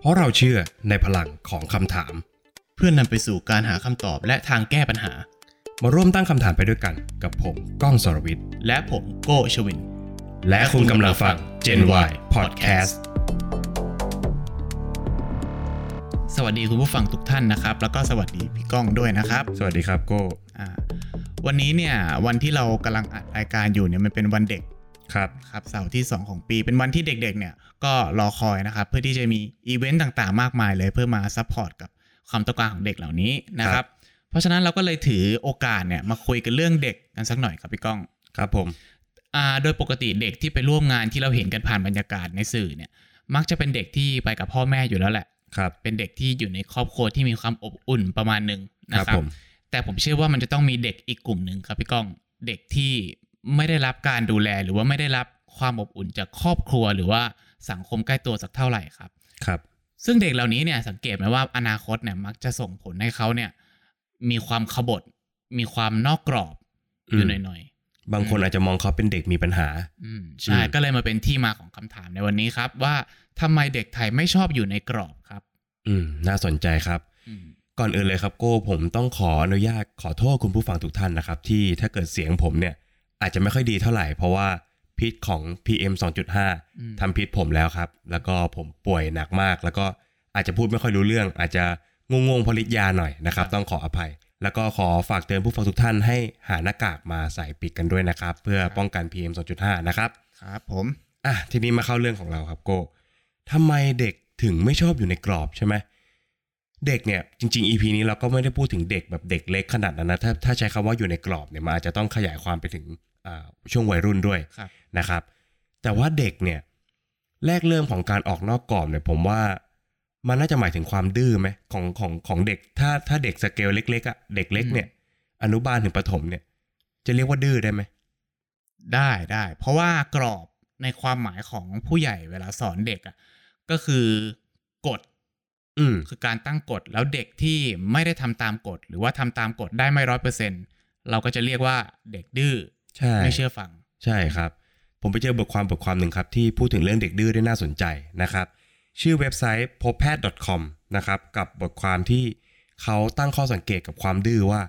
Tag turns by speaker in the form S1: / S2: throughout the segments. S1: เพราะเราเชื่อในพลังของคำถาม
S2: เพื่อนนำไปสู่การหาคำตอบและทางแก้ปัญหา
S1: มาร่วมตั้งคำถามไปด้วยกันกับผมก้องสรวิทย์
S2: และผมโก้ชวิน
S1: และคุณกำลังฟัง Gen Y Podcast
S2: สวัสดีคุณผู้ฟังทุกท่านนะครับ แล้วก็สวัสดีพี่ก้องด้วยนะครับ
S1: สวัสดีครับโก้
S2: อ่าวันนี้เนี่ยวันที่เรากำลังอัดรายการอยู่เนี่ยมันเป็นวันเด็ก
S1: ครับ
S2: ครับเสาร์ที่ 2 ของปี เป็นวันที่เด็กๆเนี่ยก็รอคอยนะครับ เพื่อที่จะมีอีเวนต์ต่างๆ มากมายเลย เพื่อมาซัพพอร์ตกับความต้องการของเด็กเหล่านี้นะครับ เพราะฉะนั้นเราก็เลยถือโอกาสเนี่ยมาคุยกันเรื่องเด็กกันสักหน่อยครับพี่ก้อง
S1: ครับผม
S2: อ่าโดยปกติเด็กที่ไปร่วมงานที่เราเห็นกันผ่านบรรยากาศในสื่อเนี่ย มักจะเป็นเด็กที่ไปกับพ่อแม่อยู่แล้วแหละ
S1: ครับ
S2: เป็นเด็กที่อยู่ในครอบครัวที่มีความอบอุ่นประมาณหนึ่ง
S1: ค
S2: นะ
S1: รับ
S2: ครับ
S1: ผม
S2: แต่ผมเชื่อว่ามันจะต้องมีเด็กอีกกลุ่มหนึ่งครับพี่ก้องเด็กที่ไม่ได้รับการดูแลหรือว่าไม่ได้รับความอบอุ่นจากครอบครัวหรือว่าสังคมใกล้ตัวสักเท่าไหร่ครับ
S1: ครับ
S2: ซึ่งเด็กเหล่านี้เนี่ยสังเกตไหมว่าอนาคตเนี่ยมักจะส่งผลให้เขาเนี่ย มีความขบฏมีความนอกกรอบอยู่
S1: อื
S2: ห
S1: ม
S2: น่อยๆ
S1: บางคนอาจจะมองเขาเป็นเด็กมีปัญหา
S2: อืมใช่
S1: อืม
S2: ก็เลยมาเป็นที่มาของคำถามในวันนี้ครับ ว่าทำไมเด็กไทยไม่ชอบอยู่ในกรอบครับ
S1: อืมน่าสนใจครับ
S2: อืม
S1: ก่อนอื่นเลยครับโก้ผมต้องขออนุญาตขอโทษคุณผู้ฟังทุกท่านนะครับ ที่ถ้าเกิดเสียงผมเนี่ย อาจจะไม่ค่อยดีเท่าไหร่ เพราะว่าพิษของ PM
S2: อืม
S1: 2.5ทำพิษผมแล้วครับ แล้วก็ผมป่วยหนักมาก แล้วก็อาจจะพูดไม่ค่อยรู้เรื่อง อาจจะงงงๆเพราะฤทธิ์ยาหน่อยนะครับ ต้องขออภัย แล้วก็ขอฝากเตือนผู้ฟังทุกท่านให้หาหน้ากากมาใส่ปิดกันด้วยนะครับ เพื่อป้องกัน PM 2.5นะครับ
S2: ครับผม
S1: อ่ะทีนี้มาเข้าเรื่องของเราครับโกทำไมเด็กถึงไม่ชอบอยู่ในกรอบใช่ไหมเด็กเนี่ยจริง ๆ EP นี้เราก็ไม่ได้พูดถึงเด็กแบบเด็กเล็กขนาดนั้นนะถ้าถ้าใช้คำว่าอยู่ในกรอบเนี่ยมันอาจจะต้องขยายความไปถึงอ่าช่วงวัยรุ่นด้วย
S2: ครับ
S1: นะครับ แต่ว่าเด็กเนี่ยแรกเริ่มของการออกนอกกรอบเนี่ยผมว่ามันน่าจะหมายถึงความดื้อไหมของของของเด็ก ถ้าถ้าเด็กสเกลเล็กๆอะ่ะเด็กเล็กเนี่ย อนุบาลถึงประถมเนี่ย จะเรียกว่าดื้อได้ไหม
S2: ได้ได้เพราะว่ากรอบในความหมายของผู้ใหญ่เวลาสอนเด็กอะ่ะก็คือกฎ
S1: อืม
S2: คือการตั้งกฎแล้วเด็กที่ไม่ได้ทำตามกฎ หรือว่าทำตามกฎได้ไม่ร้อยเปอร์เซ็นเราก็จะเรียกว่าเด็กดื้อ
S1: ใช่
S2: ไม่เชื่อฟัง
S1: ใช่ครับ ผมไปเจอบทความบทความหนึ่งครับ ที่พูดถึงเรื่องเด็กดื้อได้น่าสนใจนะครับ ชื่อเว็บไซต์ p o p a t .com นะครับ กับบทความที่เขาตั้งข้อสังเกตกับความดื้อว่า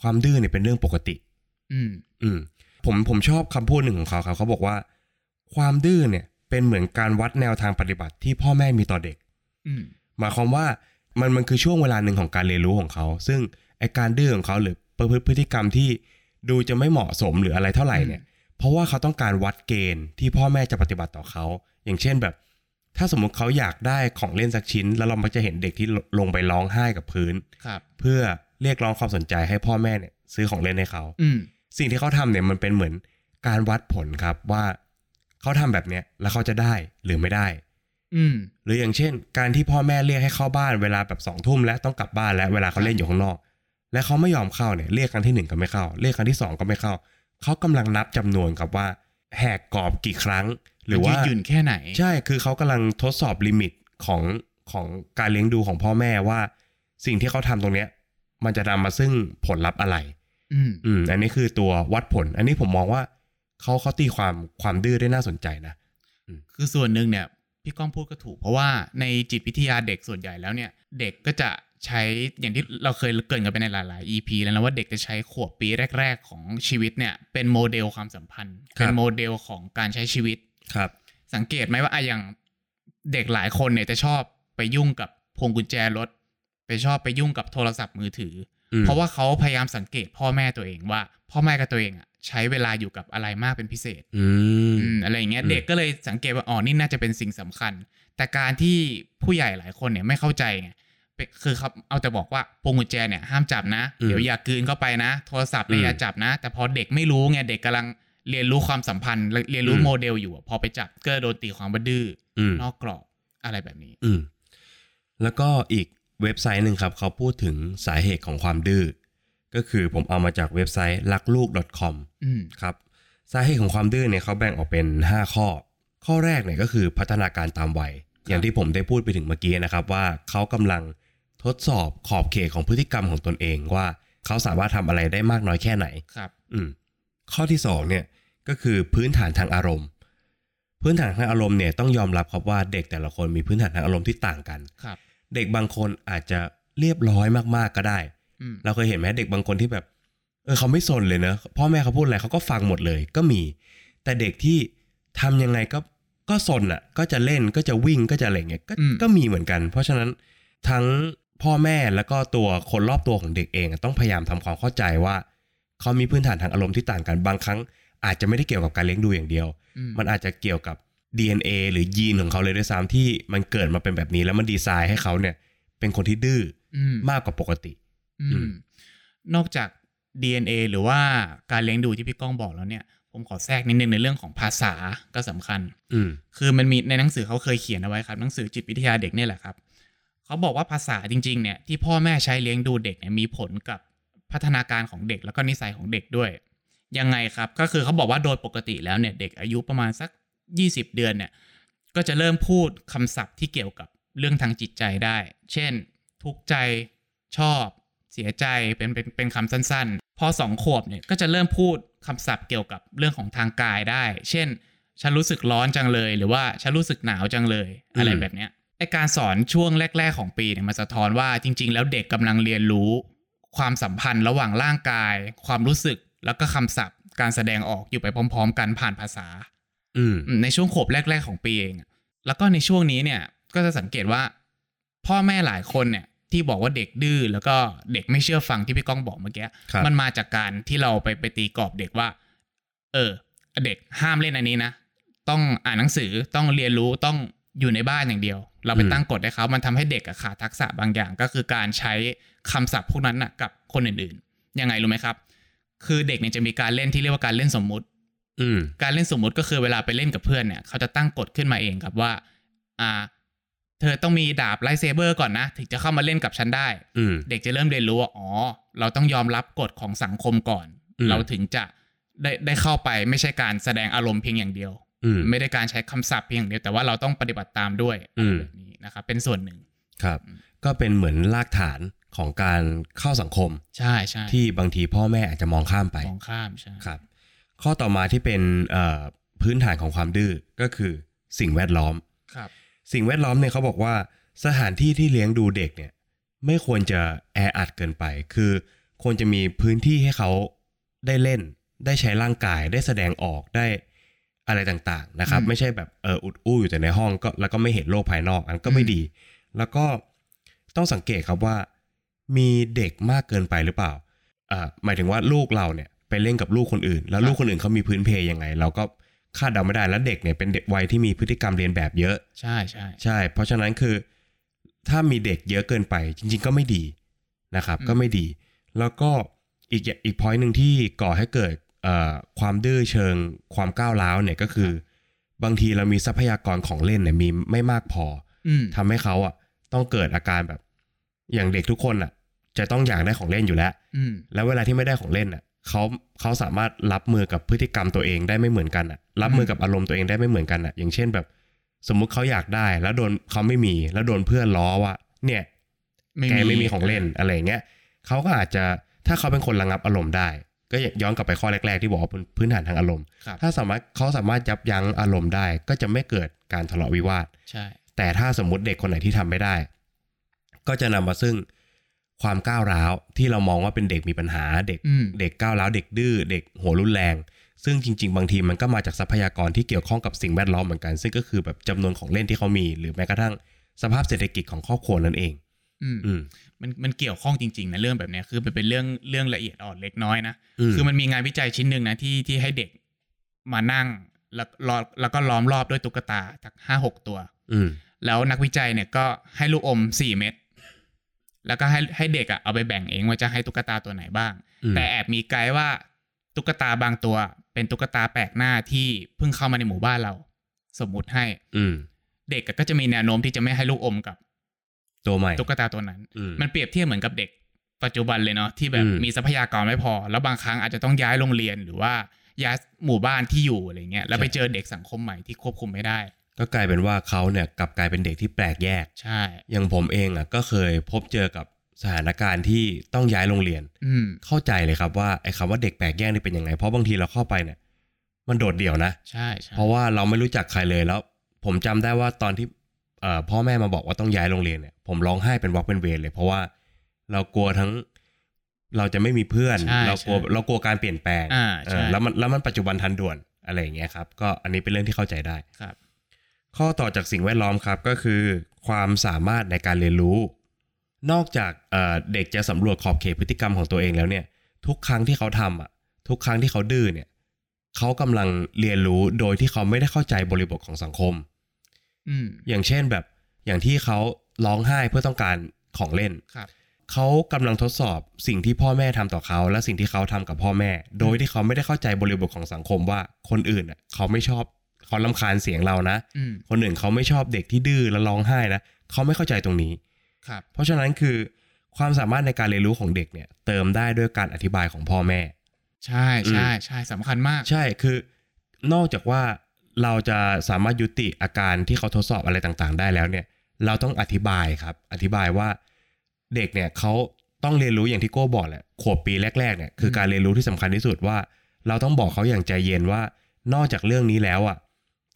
S1: ความดื้อเนี่ยเป็นเรื่องปกติ
S2: อืม
S1: อืมผมผมชอบคำพูดหนึ่งของเขาครับเขาบอกว่า ความดื้อเนี่ยเป็นเหมือนการวัดแนวทางปฏิบัติที่พ่อแม่มีต่อเด็ก
S2: อืม
S1: หมายความว่ามันมันคือช่วงเวลาหนึ่งของการเรียนรู้ของเขา ซึ่งไอการดื้อของเขาหรือประพฤติพฤติกรรมที่ดูจะไม่เหมาะสมหรืออะไรเท่าไหร่เนี่ย เพราะว่าเขาต้องการวัดเกณฑ์ที่พ่อแม่จะปฏิบัติต่อเขา อย่างเช่นแบบ ถ้าสมมติเขาอยากได้ของเล่นสักชิ้น แล้วเรามักจะเห็นเด็กที่ลลงไปร้องไห้กับพื้น
S2: ครับ
S1: เพื่อเรียกร้องความสนใจให้พ่อแม่เนี่ยซื้อของเล่นให้เขา
S2: อืม
S1: สิ่งที่เขาทำเนี่ยมันเป็นเหมือนการวัดผลครับว่าเขาทำแบบเนี้ยแล้วเขาจะได้หรือไม่ได้
S2: อืม
S1: หรืออย่างเช่น การที่พ่อแม่เรียกให้เข้าบ้านเวลาแบบสองทุ่มแล้วต้องกลับบ้านแล้วเวลาเขาเล่นอยู่ข้างนอก และเขาไม่ยอมเข้าเนี่ยเรียกครั้งที่หนึ่งก็ไม่เข้า เรียกครั้งที่สองก็ไม่เข้า เขากำลังนับจำนวนครับว่าแหกกรอบกี่ครั้ง หรือว่า
S2: นยืดหยุ่นแค่ไหน
S1: ใช่คือเขากำลังทดสอบลิมิตของของการเลี้ยงดูของพ่อแม่ว่า สิ่งที่เขาทำตรงเนี้ย มันจะนำมาซึ่งผลลัพธ์อะไร
S2: อืม
S1: อืมอันนี้คือตัววัดผล อันนี้ผมมองว่าเขาเขาตีความความดื้อได้น่าสนใจนะ
S2: คือส่วนหนึ่งเนี่ยพี่ก้องพูดก็ถูกเพราะว่าในจิตวิทยาเด็กส่วนใหญ่แล้วเนี่ย เด็กก็จะใช้อย่างที่เราเคยเกรินกันไปในหลาย ๆ EP แล้วนะว่าเด็กจะใช้ขวบปีแรก ๆ ของชีวิตเนี่ย เป็นโมเดลความสัมพันธ์
S1: ครับ
S2: เป็นโมเดลของการใช้ชีวิต
S1: ครับ
S2: สังเกตไหมว่าอะอย่างเด็กหลายคนเนี่ยจะชอบไปยุ่งกับพวงกุญแจรถ ไปชอบไปยุ่งกับโทรศัพท์มือถืออเพราะว่าเขาพยายามสังเกตพ่อแม่ตัวเองว่า พ่อแม่กับตัวเองอ่ะใช้เวลาอยู่กับอะไรมากเป็นพิเศษ
S1: อืม
S2: อืมอะไรอย่างเงี้ย
S1: อืม
S2: เด็กก็เลยสังเกตว่าอ๋อนี่น่าจะเป็นสิ่งสำคัญ แต่การที่ผู้ใหญ่หลายคนเนี่ยไม่เข้าใจไงเป็นคือเขาเอาแต่บอกว่าพวงกุญแจเนี่ยห้ามจับนะ
S1: อืม
S2: เดี๋ยวอย่ากลืนเข้าไปนะ โทรศัพท์เนี่ย
S1: อืม
S2: อย่าจับนะ แต่พอเด็กไม่รู้ไงเด็กกำลังเรียนรู้ความสัมพันธ์และเรียนรู้
S1: อืม
S2: โมเดลอยู่อะพอไปจับก็โดนตีความว่าดื้อ
S1: อืม
S2: นอกกรอบอะไรแบบนี้
S1: อืมแล้วก็อีกเว็บไซต์หนึ่งครับ เขาพูดถึงสาเหตุของความดื้อก็คือผมเอามาจากเว็บไซต์รักลูก .com
S2: อืม
S1: ครับสาเหตุของความดื้อเนี่ยเขาแบ่งออกเป็น 5 ข้อ ข้อแรกเนี่ยก็คือพัฒนาการตามวัย อย่างที่ผมได้พูดไปถึงเมื่อกี้นะครับว่าเขากำลังทดสอบขอบเขตของพฤติกรรมของตนเองว่าเขาสามารถทำอะไรได้มากน้อยแค่ไหน
S2: ครับ
S1: อืมข้อที่สองเนี่ยก็คือพื้นฐานทางอารมณ์ พื้นฐานทางอารมณ์เนี่ยต้องยอมรับครับว่าเด็กแต่ละคนมีพื้นฐานทางอารมณ์ที่ต่างกัน
S2: ครับ
S1: เด็กบางคนอาจจะเรียบร้อยมากๆก็ได้
S2: อืม
S1: เราเคยเห็นไหมเด็กบางคนที่แบบ เออเขาไม่สนเลยเนอะพ่อแม่เขาพูดอะไรเขาก็ฟังหมดเลยก็มี แต่เด็กที่ทำยังไงก็ก็สนอ่ะ ก็จะเล่นก็จะวิ่งก็จะอะไรเงี้ยก็
S2: อืม
S1: ก็มีเหมือนกัน เพราะฉะนั้นทั้งพ่อแม่แล้วก็ตัวคนรอบตัวของเด็กเองอะต้องพยายามทำความเข้าใจว่า เขามีพื้นฐานทางอารมณ์ที่ต่างกันบางครั้ง อาจจะไม่ได้เกี่ยวกับการเลี้ยงดูอย่างเดียว
S2: อืม
S1: มันอาจจะเกี่ยวกับ DNA หรือยีนของเขาเลยด้วยซ้ำที่มันเกิดมาเป็นแบบนี้ แล้วมันดีไซน์ให้เขาเนี่ย เป็นคนที่ดื้อ
S2: อืม
S1: มากกว่าปกติ
S2: อื
S1: อื
S2: ม
S1: ม
S2: นอกจาก DNA หรือว่าการเลี้ยงดูที่พี่ก้องบอกแล้วเนี่ย ผมขอแทรกนิดนึงในเรื่องของภาษาก็สำคัญ
S1: อืม
S2: คือมันมีในหนังสือเขาเคยเขียนเอาไว้ครับหนังสือจิตวิทยาเด็กเนี่ยแหละครับเขาบอกว่าภาษาจริงๆเนี่ยที่พ่อแม่ใช้เลี้ยงดูเด็กเนี่ยมีผลกับพัฒนาการของเด็กแล้วก็นิสัยของเด็กด้วย ยังไงครับ ก็คือเขาบอกว่าโดยปกติแล้วเนี่ยเด็กอายุประมาณสัก 20 เดือนเนี่ยก็จะเริ่มพูดคำศัพท์ที่เกี่ยวกับเรื่องทางจิตใจได้ เช่น ทุกข์ใจชอบ เสียใจเป็นเป็นเป็นคำสั้นๆ พอสองขวบเนี่ยก็จะเริ่มพูดคำศัพท์เกี่ยวกับเรื่องของทางกายได้ เช่น ฉันรู้สึกร้อนจังเลย หรือว่าฉันรู้สึกหนาวจังเลย อะไร
S1: อืม
S2: แบบเนี้ยไอการสอนช่วงแรก ๆ ของปีเนี่ยมันสะท้อนว่าจริง ๆ แล้วเด็กกำลังเรียนรู้ ความสัมพันธ์ระหว่างร่างกาย ความรู้สึกแล้วก็คำศัพท์ การแสดงออกอยู่ไปพร้อม ๆ กันผ่านภาษา
S1: อืม
S2: อืมในช่วงขวบแรก ๆ ของปีเองอะแล้วก็ในช่วงนี้เนี่ยก็จะสังเกตว่า พ่อแม่หลายคนเนี่ยที่บอกว่าเด็กดื้อแล้วก็เด็กไม่เชื่อฟังที่พี่ก้องบอกเมื่อกี้
S1: ครับ
S2: มันมาจากการที่เราไปไปตีกรอบเด็กว่า เออ เด็กห้ามเล่นอันนี้นะ ต้องอ่านหนังสือต้องเรียนรู้ต้องอยู่ในบ้านอย่างเดียว เราไปตั้งกฎให้เขามันทำให้เด็กอะขาดทักษะบางอย่าง ก็คือการใช้คำศัพท์พวกนั้นนะกับคนอื่นๆยังไงรู้ไหมครับ คือเด็กเนี่ยจะมีการเล่นที่เรียกว่าการเล่นสมมุติ
S1: อืม
S2: การเล่นสมมติก็คือเวลาไปเล่นกับเพื่อนเนี่ยเขาจะตั้งกฎขึ้นมาเองครับว่า อ่า เธอต้องมีดาบไลท์เซเบอร์ก่อนนะ ถึงจะเข้ามาเล่นกับฉันได้
S1: อืม
S2: เด็กจะเริ่มเรียนรู้ว่าอ๋อ เราต้องยอมรับกฎของสังคมก่อน
S1: อืม
S2: เราถึงจะได้ได้เข้าไปไม่ใช่การแสดงอารมณ์เพียงอย่างเดียว
S1: อืม
S2: ไม่ได้การใช้คำศัพท์เพียงอย่างเดียวแต่ว่าเราต้องปฏิบัติตามด้วย
S1: อืม
S2: แบบนี้นะครับเป็นส่วนหนึ่ง
S1: ครับ ก็เป็นเหมือนรากฐานของการเข้าสังคม
S2: ใช่ใช่
S1: ที่บางทีพ่อแม่อาจจะมองข้ามไป
S2: มองข้ามใช่
S1: ครับ ข้อต่อมาที่เป็นเอ่อพื้นฐานของความดื้อก็คือสิ่งแวดล้อม
S2: ครับ
S1: สิ่งแวดล้อมเนี่ยเขาบอกว่าสถานที่ที่เลี้ยงดูเด็กเนี่ย ไม่ควรจะแออัดเกินไป คือควรจะมีพื้นที่ให้เขาได้เล่น ได้ใช้ร่างกาย ได้แสดงออกได้อะไรต่างๆนะครับ
S2: อืม
S1: ไม่ใช่แบบเอออุดอู้อยู่แต่ในห้องก็แล้วก็ไม่เห็นโลกภายนอกอันก็ไม่
S2: อืม
S1: ดี แล้วก็ต้องสังเกตครับว่า มีเด็กมากเกินไปหรือเปล่า อ่าหมายถึงว่าลูกเราเนี่ยไปเล่นกับลูกคนอื่น แล้วลูกคนอื่นเขามีพื้นเพยยังไง เราก็คาดเดาไม่ได้แล้วเด็กเนี่ยเป็นเด็กวัยที่มีพฤติกรรมเรียนแบบเยอะ
S2: ใช่ใช่
S1: ใช่ เพราะฉะนั้นคือถ้ามีเด็กเยอะเกินไป จริง ๆ ก็ไม่ดีนะครับ
S2: อืม
S1: ก็ไม่ดี แล้วก็อีกอย่างอีกพอยหนึ่งที่ก่อให้เกิดเอ่อความดื้อเชิงความก้าวร้าวเนี่ยก็คือ บางทีเรามีทรัพยากรของเล่นเนี่ยมีไม่มากพอ
S2: อืม
S1: ทำให้เขาอ่ะต้องเกิดอาการแบบ อย่างเด็กทุกคนอ่ะ จะต้องอยากได้ของเล่นอยู่แล้ว
S2: อืม
S1: แล้วเวลาที่ไม่ได้ของเล่นอ่ะเขาเขาสามารถรับมือกับพฤติกรรมตัวเองได้ไม่เหมือนกันอ่ะ รับมือกับอารมณ์ตัวเองได้ไม่เหมือนกันอ่ะ อย่างเช่นแบบ สมมุติเขาอยากได้ แล้วโดนเขาไม่มี แล้วโดนเพื่อนล้อว่า เนี่ยแกไม่มีของเล่นอะไรอย่างเงี้ยเขาก็อาจจะถ้าเขาเป็นคนระงับอารมณ์ได้ ก็ย้อนกลับไปข้อแรก ๆ ที่บอกว่าเป็นพื้นฐานทางอารมณ์
S2: ครับ
S1: ถ้าสามารถเขาสามารถยับยั้งอารมณ์ได้ ก็จะไม่เกิดการทะเลาะวิวาท
S2: ใช่
S1: แต่ถ้าสมมติเด็กคนไหนที่ทำไม่ได้ ก็จะนำมาซึ่งความก้าวร้าวที่เรามองว่าเป็นเด็กมีปัญหาเด็ก
S2: อืม
S1: เด็กก้าวร้าวเด็กดื้อเด็กหัวรุนแรง ซึ่งจริง ๆ บางทีมันก็มาจากทรัพยากรที่เกี่ยวข้องกับสิ่งแวดล้อมเหมือนกัน ซึ่งก็คือแบบจำนวนของเล่นที่เขามี หรือแม้กระทั่งสภาพเศรษฐกิจของครอบครัวนั่นเอง
S2: อืม
S1: อืม
S2: มันมันเกี่ยวข้องจริงๆนะเรื่องแบบเนี้ยคือมันเป็นเรื่องเรื่องละเอียดอ่อนเล็กน้อยนะ
S1: อืม
S2: คือมันมีงานวิจัยชิ้นหนึ่งนะที่ที่ให้เด็กมานั่งแล้วแล้วแล้วก็ล้อมรอบด้วยตุ๊กตาทักห้าหกตัว
S1: อืม
S2: แล้วนักวิจัยเนี่ยก็ให้ลูกอมสี่เม็ดแล้วก็ให้ให้เด็กอะเอาไปแบ่งเองว่าจะให้ตุ๊กตาตัวไหนบ้าง
S1: อืม
S2: แต่แอบมีไกด์ว่าตุ๊กตาบางตัว เป็นตุ๊กตาแปลกหน้าที่เพิ่งเข้ามาในหมู่บ้านเรา สมมุติให้
S1: อืม
S2: เด็กอะก็จะมีแนวโน้มที่จะไม่ให้ลูกอมกับ
S1: ตัวใหม่
S2: ตุ๊กตาตัวนั้น
S1: อืม
S2: มันเปรียบเทียบเหมือนกับเด็กปัจจุบันเลยเนาะที่แบบ
S1: อืม
S2: มีทรัพยากรไม่พอ แล้วบางครั้งอาจจะต้องย้ายโรงเรียนหรือว่าย้ายหมู่บ้านที่อยู่อะไรเงี้ยแล้วไปเจอเด็กสังคมใหม่ที่ควบคุมไม่ได้
S1: ก็กลายเป็นว่าเขาเนี่ยกลับกลายเป็นเด็กที่แปลกแยก
S2: ใช่
S1: อย่างผมเองอ่ะก็เคยพบเจอกับสถานการณ์ที่ต้องย้ายโรงเรียน
S2: อืม
S1: เข้าใจเลยครับว่าไอ้คำว่าเด็กแปลกแยกนี่เป็นยังไง เพราะบางทีเราเข้าไปเนี่ย มันโดดเดี่ยวนะ
S2: ใช่ใช่
S1: เพราะว่าเราไม่รู้จักใครเลยแล้ว ผมจำได้ว่าตอนที่เอ่อพ่อแม่มาบอกว่าต้องย้ายโรงเรียนเนี่ยผมร้องไห้เป็นวักเป็นเวรเลย เพราะว่าเรากลัวทั้ง เราจะไม่มีเพื่อน
S2: ใช่
S1: เรากลัว
S2: ใช่
S1: เรากลัวการเปลี่ยนแปลง
S2: อ่า
S1: เอ
S2: ใช่
S1: อแล้วมันแล้วมันปัจจุบันทันด่วนอะไรอย่างเงี้ยครับ ก็อันนี้เป็นเรื่องที่เข้าใจได้
S2: ครับ
S1: ข้อต่อจากสิ่งแวดล้อมครับก็คือ ความสามารถในการเรียนรู้ นอกจากเอ่อเด็กจะสำรวจขอบเขตพฤติกรรมของตัวเองแล้วเนี่ย ทุกครั้งที่เขาทำอ่ะ ทุกครั้งที่เขาดื้อเนี่ย เขากำลังเรียนรู้โดยที่เขาไม่ได้เข้าใจบริบทของสังคม
S2: อืม
S1: อย่างเช่นแบบอย่างที่เขาร้องไห้เพื่อต้องการของเล่น
S2: ครับ
S1: เขากำลังทดสอบสิ่งที่พ่อแม่ทำต่อเขา และสิ่งที่เขาทำกับพ่อแม่ โดยที่เขาไม่ได้เข้าใจบริบทของสังคมว่าคนอื่นอ่ะเขาไม่ชอบเขาลำคาญเสียงเรานะ
S2: อืม
S1: คนอื่นเขาไม่ชอบเด็กที่ดื้อและร้องไห้นะเขาไม่เข้าใจตรงนี้
S2: ครับ
S1: เพราะฉะนั้นคือความสามารถในการเรียนรู้ของเด็กเนี่ย เติมได้ด้วยการอธิบายของพ่อแม่
S2: ใช่ใช่ใช่สำคัญมาก
S1: ใช่คือนอกจากว่าเราจะสามารถยุติอาการที่เขาทดสอบอะไรต่างๆ ได้แล้วเนี่ย เราต้องอธิบายครับ อธิบายว่าเด็กเนี่ยเขาต้องเรียนรู้อย่างที่โก้บอกแหละขวบปีแรกๆเนี่ยคือการเรียนรู้ที่สำคัญที่สุดว่า เราต้องบอกเขาอย่างใจเย็นว่า นอกจากเรื่องนี้แล้วอ่ะ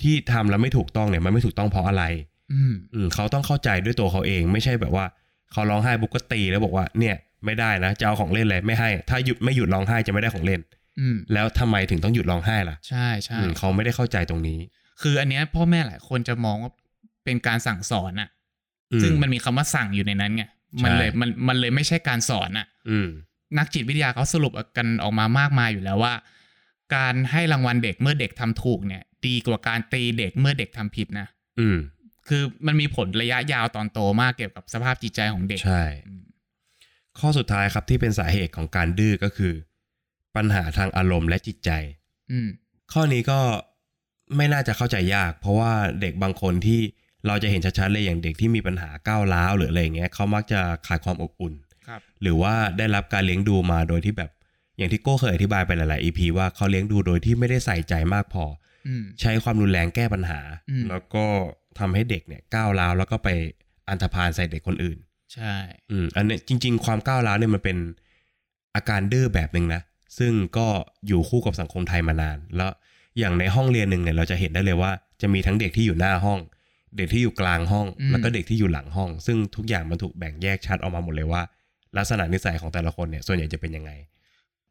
S1: ที่ทำแล้วไม่ถูกต้องเนี่ยมันไม่ถูกต้องเพราะอะไร
S2: อืม
S1: อืมเขาต้องเข้าใจด้วยตัวเขาเองไม่ใช่แบบว่า เขาร้องไห้ปุ๊บก็ตีแล้วบอกว่าเนี่ยไม่ได้นะจะเอาของเล่นเลยไม่ให้ ถ้าหยุดไม่หยุดร้องไห้จะไม่ได้ของเล่น
S2: อืม
S1: แล้วทำไมถึงต้องหยุดร้องไห้ล่ะ
S2: ใช่ใช่
S1: อืมเขาไม่ได้เข้าใจตรงนี้
S2: คืออันเนี้ยพ่อแม่หลายคนจะมองว่าเป็นการสั่งสอนอะ
S1: อื
S2: ซึ่งมันมีคำว่าสั่งอยู่ในนั้นไงมัน
S1: ใช่
S2: เลยมันมันเลยไม่ใช่การสอนอะ
S1: อืม
S2: นักจิตวิทยาเขาสรุปกันออกมามากมายอยู่แล้วว่า การให้รางวัลเด็กเมื่อเด็กทำถูกเนี่ย ดีกว่าการตีเด็กเมื่อเด็กทำผิดนะ
S1: อืม
S2: คือมันมีผลระยะยาวตอนโตมากเกี่ยวกับสภาพจิตใจของเด็ก
S1: ใช่
S2: อืม
S1: ข้อสุดท้ายครับที่เป็นสาเหตุของการดื้อก็คือ ปัญหาทางอารมณ์และจิตใจ
S2: อืม
S1: ข้อนี้ก็ไม่น่าจะเข้าใจยาก เพราะว่าเด็กบางคนที่เราจะเห็นชัดๆเลยอย่างเด็กที่มีปัญหาก้าวร้าวหรืออะไรอย่างเงี้ยเขามักจะขาดความอบอุ่น
S2: ครับ
S1: หรือว่าได้รับการเลี้ยงดูมาโดยที่แบบอย่างที่โก้เคยอธิบายไปหลายๆ EP ว่าเขาเลี้ยงดูโดยที่ไม่ได้ใส่ใจมากพอ
S2: อืม
S1: ใช้ความรุนแรงแก้ปัญหา
S2: อืม
S1: แล้วก็ทำให้เด็กเนี่ยก้าวร้าวแล้วก็ไปอันธพาลใส่เด็กคนอื่น
S2: ใช่
S1: อืมอันเนี้ยจริง ๆ ความก้าวร้าวเนี่ยมันเป็นอาการดื้อแบบหนึ่งนะซึ่งก็อยู่คู่กับสังคมไทยมานาน แล้วอย่างในห้องเรียนหนึ่งเนี่ยเราจะเห็นได้เลยว่าจะมีทั้งเด็กที่อยู่หน้าห้อง เด็กที่อยู่กลางห้อง แล้วก็เด็กที่อยู่หลังห้อง ซึ่งทุกอย่างมันถูกแบ่งแยกชัดออกมาหมดเลยว่า ลักษณะนิสัยของแต่ละคนเนี่ยส่วนใหญ่จะเป็นยังไง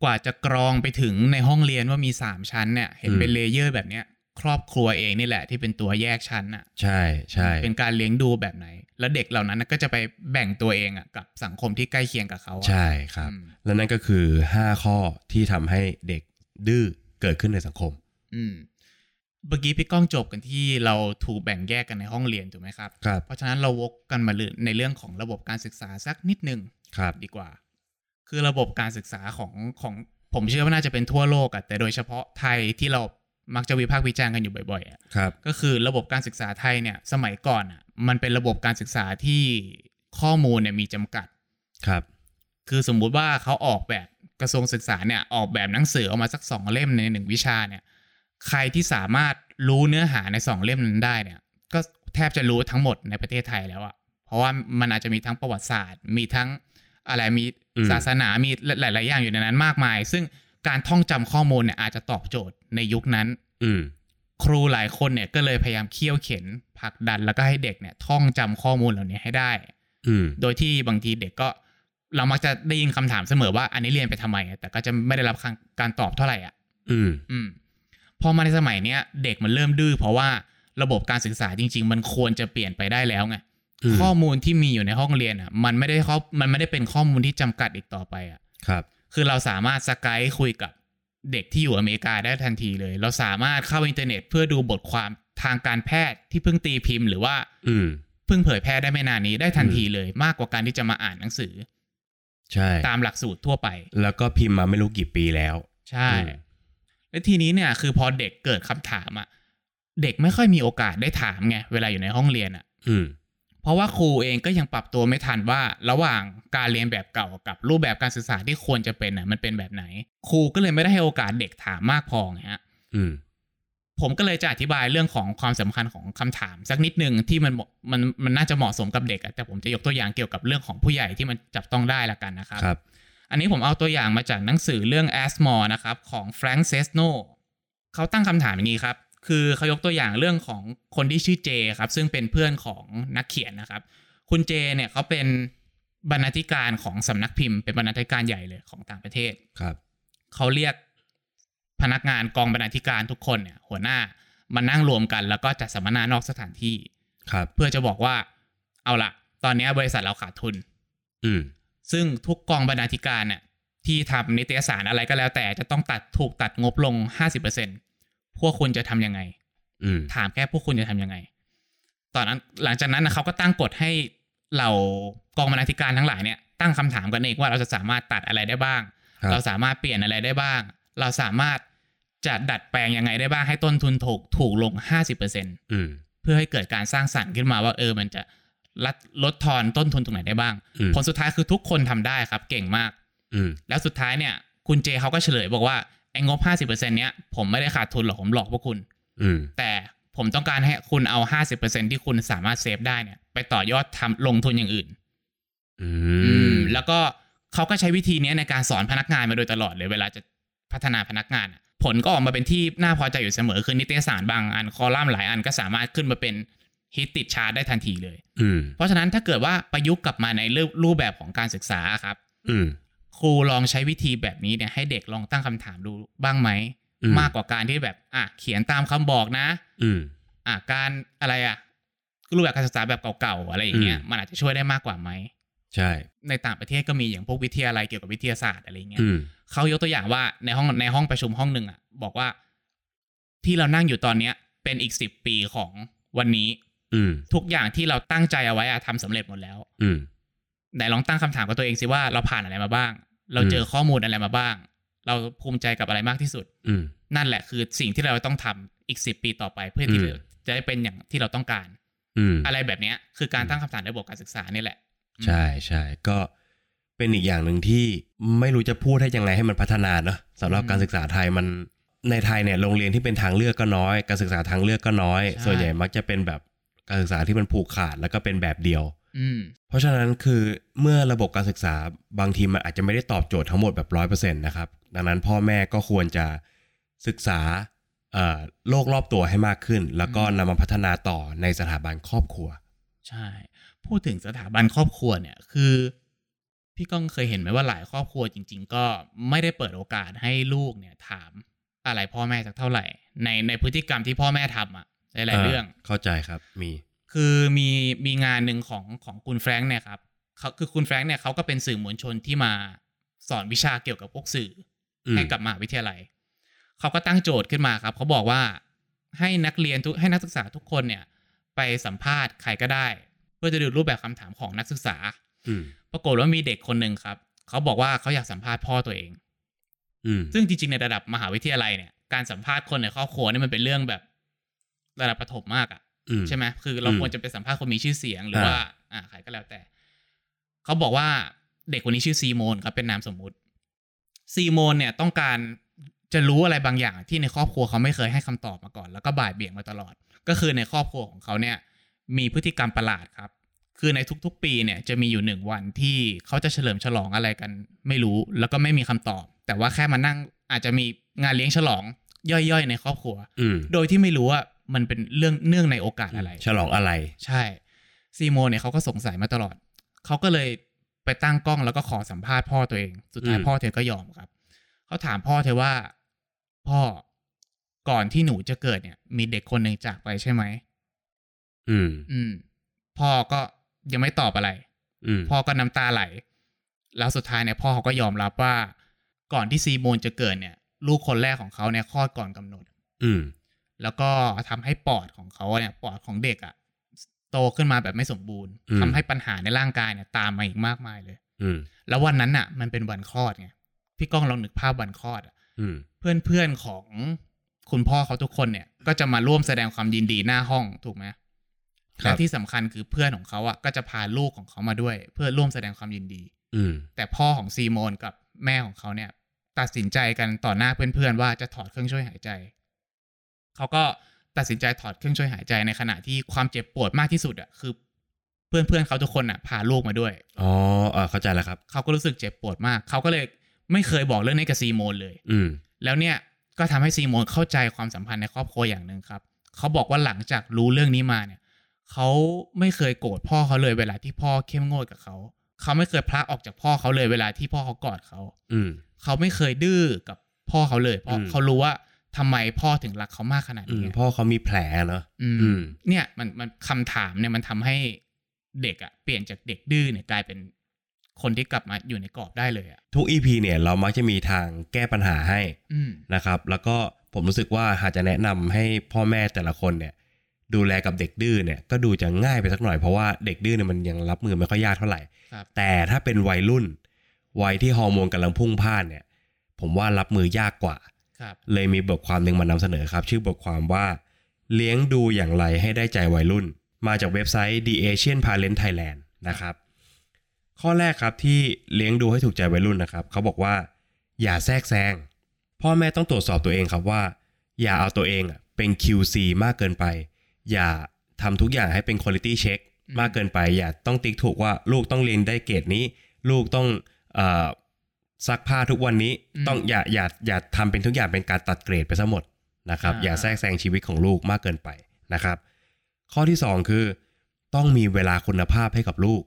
S2: กว่าจะกรองไปถึงในห้องเรียนว่ามีสามชั้นเนี่ยเห็น
S1: อืม
S2: เป็นเลเยอร์แบบเนี้ย ครอบครัวเองนี่แหละที่เป็นตัวแยกชั้นอะ
S1: ใช่ใช่
S2: เป็นการเลี้ยงดูแบบไหน แล้วเด็กเหล่านั้นน่ะก็จะไปแบ่งตัวเองอ่ะกับสังคมที่ใกล้เคียงกับเขาอะ
S1: ใช่ครับ
S2: อืม
S1: และนั่นก็คือ 5 ข้อที่ทำให้เด็กดื้อเกิดขึ้นในสังคม
S2: อืมเมื่อกี้พี่ก้องจบกันที่เราถูกแบ่งแยกกันในห้องเรียนถูกไหมครับ
S1: ครับ
S2: เพราะฉะนั้นเราวกกันมาเรื่องในเรื่องของระบบการศึกษาสักนิดหนึ่ง
S1: ครับ
S2: ดีกว่า คือระบบการศึกษาของของผมเชื่อว่าน่าจะเป็นทั่วโลกอะแต่โดยเฉพาะไทยที่เรามักจะวิพากษ์วิจารณ์กันอยู่บ่อยๆอะ
S1: ครับ
S2: ก็คือระบบการศึกษาไทยเนี่ยสมัยก่อนอ่ะมันเป็นระบบการศึกษาที่ข้อมูลเนี่ยมีจำกัด
S1: ครับ
S2: คือสมมุติว่าเขาออกแบบกระทรวงศึกษาเนี่ยออกแบบหนังสือออกมาสักสองเล่มในหนึ่งวิชาเนี่ยใครที่สามารถรู้เนื้อหาในสองเล่มนั้นได้เนี่ยก็แทบจะรู้ทั้งหมดในประเทศไทยแล้วอะเพราะว่ามันอาจจะมีทั้งประวัติศาสตร์ มีทั้งอะไรมี
S1: อืม
S2: ศาสนามีหลาย ๆ อย่างอยู่ในนั้นมากมาย ซึ่งการท่องจำข้อมูลเนี่ยอาจจะตอบโจทย์ในยุคนั้น
S1: อืม
S2: ครูหลายคนเนี่ยก็เลยพยายามเคี่ยวเข็นผลักดันแล้วก็ให้เด็กเนี่ยท่องจำข้อมูลเหล่านี้ให้ได้
S1: อืม
S2: โดยที่บางทีเด็กก็เรามักจะได้ยินคำถามเสมอว่าอันนี้เรียนไปทำไมอะแต่ก็จะไม่ได้รับการการตอบเท่าไหร่อ่ะ
S1: อืม
S2: อืมพอมาในสมัยเนี้ยเด็กมันเริ่มดื้อเพราะว่าระบบการศึกษาจริง ๆ มันควรจะเปลี่ยนไปได้แล้วไง
S1: อืม
S2: ข้อมูลที่มีอยู่ในห้องเรียนอ่ะ มันไม่ได้ครอบมันไม่ได้เป็นข้อมูลที่จำกัดอีกต่อไปอ่ะ
S1: ครับ
S2: คือเราสามารถสกายคุยกับเด็กที่อยู่อเมริกาได้ทันทีเลย เราสามารถเข้าอินเทอร์เน็ตเพื่อดูบทความทางการแพทย์ที่เพิ่งตีพิมพ์หรือว่า
S1: อืม
S2: เพิ่งเผยแพร่ได้ไม่นานนี้ได้ทันทีเลย มากกว่าการที่จะมาอ่านหนังสือ
S1: ใช่
S2: ตามหลักสูตรทั่วไป
S1: แล้วก็พิมพ์มาไม่รู้กี่ปีแล้ว
S2: ใช่
S1: อืม
S2: และทีนี้เนี่ยคือพอเด็กเกิดคำถามอ่ะเด็กไม่ค่อยมีโอกาสได้ถามไงเวลาอยู่ในห้องเรียนอ่ะ
S1: อืม
S2: เพราะว่าครูเองก็ยังปรับตัวไม่ทันว่า ระหว่างการเรียนแบบเก่ากับรูปแบบการศึกษาที่ควรจะเป็นอ่ะมันเป็นแบบไหน ครูก็เลยไม่ได้ให้โอกาสเด็กถามมากพอไงฮะ
S1: อืม
S2: ผมก็เลยจะอธิบายเรื่องของความสำคัญของคำถามสักนิดหนึ่งที่มันเหมาะมันมันน่าจะเหมาะสมกับเด็กอะแต่ผมจะยกตัวอย่างเกี่ยวกับเรื่องของผู้ใหญ่ที่มันจับต้องได้ละกันนะครับ
S1: ครับ
S2: อันนี้ผมเอาตัวอย่างมาจากหนังสือเรื่อง a s m o r e นะครับของ Frank s e s n o เขาตั้งคำถามอย่างนี้ครับ คือเขายกตัวอย่างเรื่องของคนที่ชื่อเจครับ ซึ่งเป็นเพื่อนของนักเขียนนะครับ คุณเจเนี่ยเขาเป็นบรรณาธิการของสำนักพิมพ์เป็นบรรณาธิการใหญ่เลยของต่างประเทศ
S1: ครับ
S2: เขาเรียกพนักงานกองบรรณาธิการทุกคนเนี่ย หัวหน้ามานั่งรวมกัน แล้วก็จัดสัมมนานอกสถานที่
S1: ครับ
S2: เพื่อจะบอกว่าเอาละตอนเนี้ยบริษัทเราขาดทุน
S1: อืม
S2: ซึ่งทุกกองบรรณาธิการน่ะที่ทำนิตยสารอะไรก็แล้วแต่จะต้องตัดถูกตัดงบลง 50%พวกคุณจะทำยังไง
S1: อืม
S2: ถามแค่พวกคุณจะทำยังไง ตอนนั้นหลังจากนั้นนะเขาก็ตั้งกฎให้เหล่ากองบรรณาธิการทั้งหลายเนี่ยตั้งคำถามกันเองว่าเราจะสามารถตัดอะไรได้บ้าง
S1: ครับ
S2: เราสามารถเปลี่ยนอะไรได้บ้าง เราสามารถจะดัดแปลงยังไงได้บ้างให้ต้นทุนถูกถูกลง 50%เ
S1: อืม
S2: พื่อให้เกิดการสร้างสรรค์ขึ้นมาว่าเออมันจะลดลดทอนต้นทุนตรงไหนได้บ้าง
S1: อืม
S2: ผลสุดท้ายคือทุกคนทำได้ครับเก่งมาก
S1: อืม
S2: แล้วสุดท้ายเนี่ย คุณเจเขาก็เฉลยบอกว่าไอ้งบ 50%เนี้ยผมไม่ได้ขาดทุนหรอกผมหลอกพวกคุณ
S1: อืม
S2: แต่ผมต้องการให้คุณเอา 50%ที่คุณสามารถเซฟได้เนี่ยไปต่อยอดทำลงทุนอย่างอื่น
S1: อื
S2: อื
S1: ม
S2: มแล้วก็เขาก็ใช้วิธีเนี้ยในการสอนพนักงานมาโดยตลอดเลยเวลาจะพัฒนาพนักงานอะผลก็ออกมาเป็นที่น่าพอใจอยู่เสมอ คือนิตยสารบางอันคอลัมน์หลายอันก็สามารถขึ้นมาเป็นฮิตติดชาร์ตได้ทันทีเลย
S1: อืม
S2: เพราะฉะนั้นถ้าเกิดว่าประยุกต์กลับมาในรูปแบบของการศึกษาครับ
S1: อืม
S2: ครูลองใช้วิธีแบบนี้เนี่ยให้เด็กลองตั้งคำถามดูบ้างไหม
S1: อืม
S2: มากกว่าการที่แบบอ่ะเขียนตามคำบอกนะ
S1: อืม
S2: อ่ะการอะไรอ่ะรูปแบบการศึกษาแบบเก่าๆอะไรอย่างเงี้ย
S1: อืม
S2: มันอาจจะช่วยได้มากกว่าไหม
S1: ใช่
S2: ในต่างประเทศก็มีอย่างพวกวิทยาลัยเกี่ยวกับวิทยาศาสตร์อะไรเงี้ย
S1: อืม
S2: เขายกตัวอย่างว่าในห้องในห้องประชุมห้องหนึ่งอ่ะบอกว่า ที่เรานั่งอยู่ตอนเนี้ย เป็นอีกสิบปีของวันนี้
S1: อืม
S2: ทุกอย่างที่เราตั้งใจเอาไว้อะทำสำเร็จหมดแล้ว
S1: อืม
S2: ไหนลองตั้งคำถามกับตัวเองสิว่าเราผ่านอะไรมาบ้าง เราเจอข้อมูลอะไรมาบ้าง เราภูมิใจกับอะไรมากที่สุด
S1: อืม
S2: นั่นแหละคือสิ่งที่เราต้องทำอีกสิปีต่อไปเพื่อที่
S1: อืม
S2: เราจะได้เป็นอย่างที่เราต้องการ
S1: อืม
S2: อะไรแบบเนี้ยคือการตั้งคำถามในระบบการศึกษานี่แหละ
S1: ใช่ใช่ก็เป็นอีกอย่างหนึ่งที่ไม่รู้จะพูดให้ยังไงให้มันพัฒนาเนอะสำหรับ
S2: อืม
S1: การศึกษาไทยมันในไทยเนี่ยโรงเรียนที่เป็นทางเลือกก็น้อย การศึกษาทางเลือกก็น้อย
S2: ใช่
S1: ส่วนใหญ่มักจะเป็นแบบการศึกษาที่มันผูกขาดแล้วก็เป็นแบบเดียว
S2: อืม
S1: เพราะฉะนั้นคือเมื่อระบบการศึกษาบางทีมันอาจจะไม่ได้ตอบโจทย์ทั้งหมดแบบร้อยเปอร์เซ็นต์นะครับดังนั้นพ่อแม่ก็ควรจะศึกษาเอ่อโลกรอบตัวให้มากขึ้น แล้วก็
S2: อืม
S1: นำมาพัฒนาต่อในสถาบันครอบครัว
S2: ใช่ พูดถึงสถาบันครอบครัวเนี่ยคือ พี่ก้องเคยเห็นไหมว่าหลายครอบครัวจริง ๆ ก็ไม่ได้เปิดโอกาสให้ลูกเนี่ย ถามอะไรพ่อแม่สักเท่าไหร่ ในในพฤติกรรมที่พ่อแม่ทำอะหลายๆเรื่อง
S1: เข้าใจครับมี
S2: คือมีมีงานหนึ่งของของคุณแฟรงค์เนี่ยครับเขาคือคุณแฟรงค์เนี่ยเขาก็เป็นสื่อมวลชนที่มาสอนวิชาเกี่ยวกับพวกสื่ออ
S1: ม
S2: ให้กับมหาวิทยาลัย เขาก็ตั้งโจทย์ขึ้นมาครับ เขาบอกว่าให้นักเรียนทุกให้นักศึกษาทุกคนเนี่ย ไปสัมภาษณ์ใครก็ได้ เพื่อจะดูรูปแบบคำถามของนักศึกษา
S1: อืม
S2: ปรากฏว่ามีเด็กคนหนึ่งครับ เขาบอกว่าเขาอยากสัมภาษณ์พ่อตัวเอง
S1: อืม
S2: ซึ่งจริงๆในระดับมหาวิทยาลัยเนี่ยการสัมภาษณ์คนในครอบครัวเนี่ยมันเป็นเรื่องแบบระดับประถมมากอะ
S1: อืม
S2: ใช่ไหมคือเรา
S1: อืม
S2: ควรจะไปสัมภาษณ์คนมีชื่อเสียงหรือ
S1: อ่า
S2: ว่า อ่า ใครก็แล้วแต่ เขาบอกว่าเด็กคนนี้ชื่อซีโมนครับเป็นนามสมมุติ ซีโมนเนี่ยต้องการจะรู้อะไรบางอย่างที่ในครอบครัวเขาไม่เคยให้คำตอบมาก่อน แล้วก็บ่ายเบี่ยงมาตลอด ก็คือในครอบครัวของเขาเนี่ย มีพฤติกรรมประหลาดครับ คือในทุกๆ ปีเนี่ยจะมีอยู่หนึ่งวันที่เขาจะเฉลิมฉลองอะไรกัน ไม่รู้ แล้วก็ไม่มีคำตอบ แต่ว่าแค่มานั่งอาจจะมีงานเลี้ยงฉลองย่อยๆ ในครอบครัว
S1: อืม
S2: โดยที่ไม่รู้ว่ามันเป็นเรื่องเนื่องในโอกาสอะไร
S1: ฉลองอะไร
S2: ใช่ซีโมเนี่ยเขาก็สงสัยมาตลอด เขาก็เลยไปตั้งกล้องแล้วก็ขอสัมภาษณ์พ่อตัวเอง สุดท้าย
S1: อืม
S2: พ่อเธอก็ยอมครับ เขาถามพ่อเธอว่า พ่อก่อนที่หนูจะเกิดเนี่ย มีเด็กคนหนึ่งจากไปใช่ไหม
S1: อืม
S2: อืม พ่อก็ยังไม่ตอบอะไร
S1: อืม
S2: พ่อก็น้ำตาไหล แล้วสุดท้ายเนี่ยพ่อเขาก็ยอมรับว่า ก่อนที่ซีโมนจะเกิดเนี่ย ลูกคนแรกของเขาเนี่ยคลอดก่อนกำหนด
S1: อืม
S2: แล้วก็ทำให้ปอดของเขาเนี่ยปอดของเด็กอะโตขึ้นมาแบบไม่สมบูรณ์
S1: อืม
S2: ทำให้ปัญหาในร่างกายเนี่ยตามมาอีกมากมายเลย
S1: อืม
S2: แล้ววันนั้นน่ะ มันเป็นวันคลอดไงพี่ก้องลองนึกภาพวันคลอดอะ
S1: อืม
S2: เพื่อนเพื่อนๆของคุณพ่อเขาทุกคนเนี่ย ก็จะมาร่วมแสดงความยินดีหน้าห้องถูกไหมและที่สำคัญคือเพื่อนของเขาอะก็จะพาลูกของเขามาด้วย เพื่อร่วมแสดงความยินดี
S1: อืม
S2: แต่พ่อของซีโมนกับแม่ของเขาเนี่ย ตัดสินใจกันต่อหน้าเพื่อนๆว่าจะถอดเครื่องช่วยหายใจ เขาก็ตัดสินใจถอดเครื่องช่วยหายใจในขณะที่ความเจ็บปวดมากที่สุดอ่ะคือ เพื่อนๆเขาทุกคนอ่ะพาลูกมาด้วย
S1: อ๋อเออเข้าใจแล้วครับ
S2: เขาก็รู้สึกเจ็บปวดมาก เขาก็เลยไม่เคยบอกเรื่องนี้กับซีโมนเลย
S1: อืม
S2: แล้วเนี่ย ก็ทำให้ซีโมนเข้าใจความสัมพันธ์ในครอบครัวอย่างหนึ่งครับ เขาบอกว่าหลังจากรู้เรื่องนี้มาเนี่ย เขาไม่เคยโกรธพ่อเขาเลยเวลาที่พ่อเข้มงวดกับเขา เขาไม่เคยพลักออกจากพ่อเขาเลยเวลาที่พ่อเขากอดเขา
S1: อืม
S2: เขาไม่เคยดื้อกับพ่อเขาเลย เพราะ
S1: อืม
S2: เขารู้ว่าทำไมพ่อถึงรักเขามากขนาด
S1: อื
S2: นี้
S1: ม
S2: ไง
S1: พ่อเขามีแผลเนอะ
S2: อืม
S1: อืม
S2: เนี่ยมันมันคำถามเนี่ยมันทำให้เด็กอะเปลี่ยนจากเด็กดื้อเนี่ยกลายเป็นคนที่กลับมาอยู่ในกรอบได้เลยอะ
S1: ทุก EP เนี่ยเรามักจะมีทางแก้ปัญหาให้
S2: อืม
S1: นะครับ แล้วก็ผมรู้สึกว่าหากจะแนะนำให้พ่อแม่แต่ละคนเนี่ย ดูแลกับเด็กดื้อเนี่ยก็ดูจะง่ายไปสักหน่อยเพราะว่าเด็กดื้อเนี่ยมันยังรับมือไม่ค่อยยากเท่าไหร่
S2: ครับ
S1: แต่ถ้าเป็นวัยรุ่น วัยที่ฮอร์โมนกำลังพุ่งพล่านเนี่ย ผมว่ารับมือยากกว่า
S2: ครับ
S1: เลยมีบทความหนึ่งมานำเสนอครับ ชื่อบทความว่า เลี้ยงดูอย่างไรให้ได้ใจวัยรุ่น มาจากเว็บไซต์ The Asian Parent Thailand นะครับ ข้อแรกครับที่เลี้ยงดูให้ถูกใจวัยรุ่นนะครับ เขาบอกว่า อย่าแทรกแซงพ่อแม่ต้องตรวจสอบตัวเองครับว่า อย่าเอาตัวเองอะเป็น QC มากเกินไป อย่าทำทุกอย่างให้เป็น Quality Check มากเกินไป อย่าต้องติ๊กถูกว่าลูกต้องเรียนได้เกรดนี้ ลูกต้องเอ่อซักผ้าทุกวันนี้ต้องอย่าอย่าอย่าทำเป็นทุกอย่างเป็นการตัดเกรดไปซะหมดนะครับ
S2: อ่า
S1: อย่าแทรกแซงชีวิตของลูกมากเกินไปนะครับ ข้อที่ 2 คือ ต้องมีเวลาคุณภาพให้กับลูก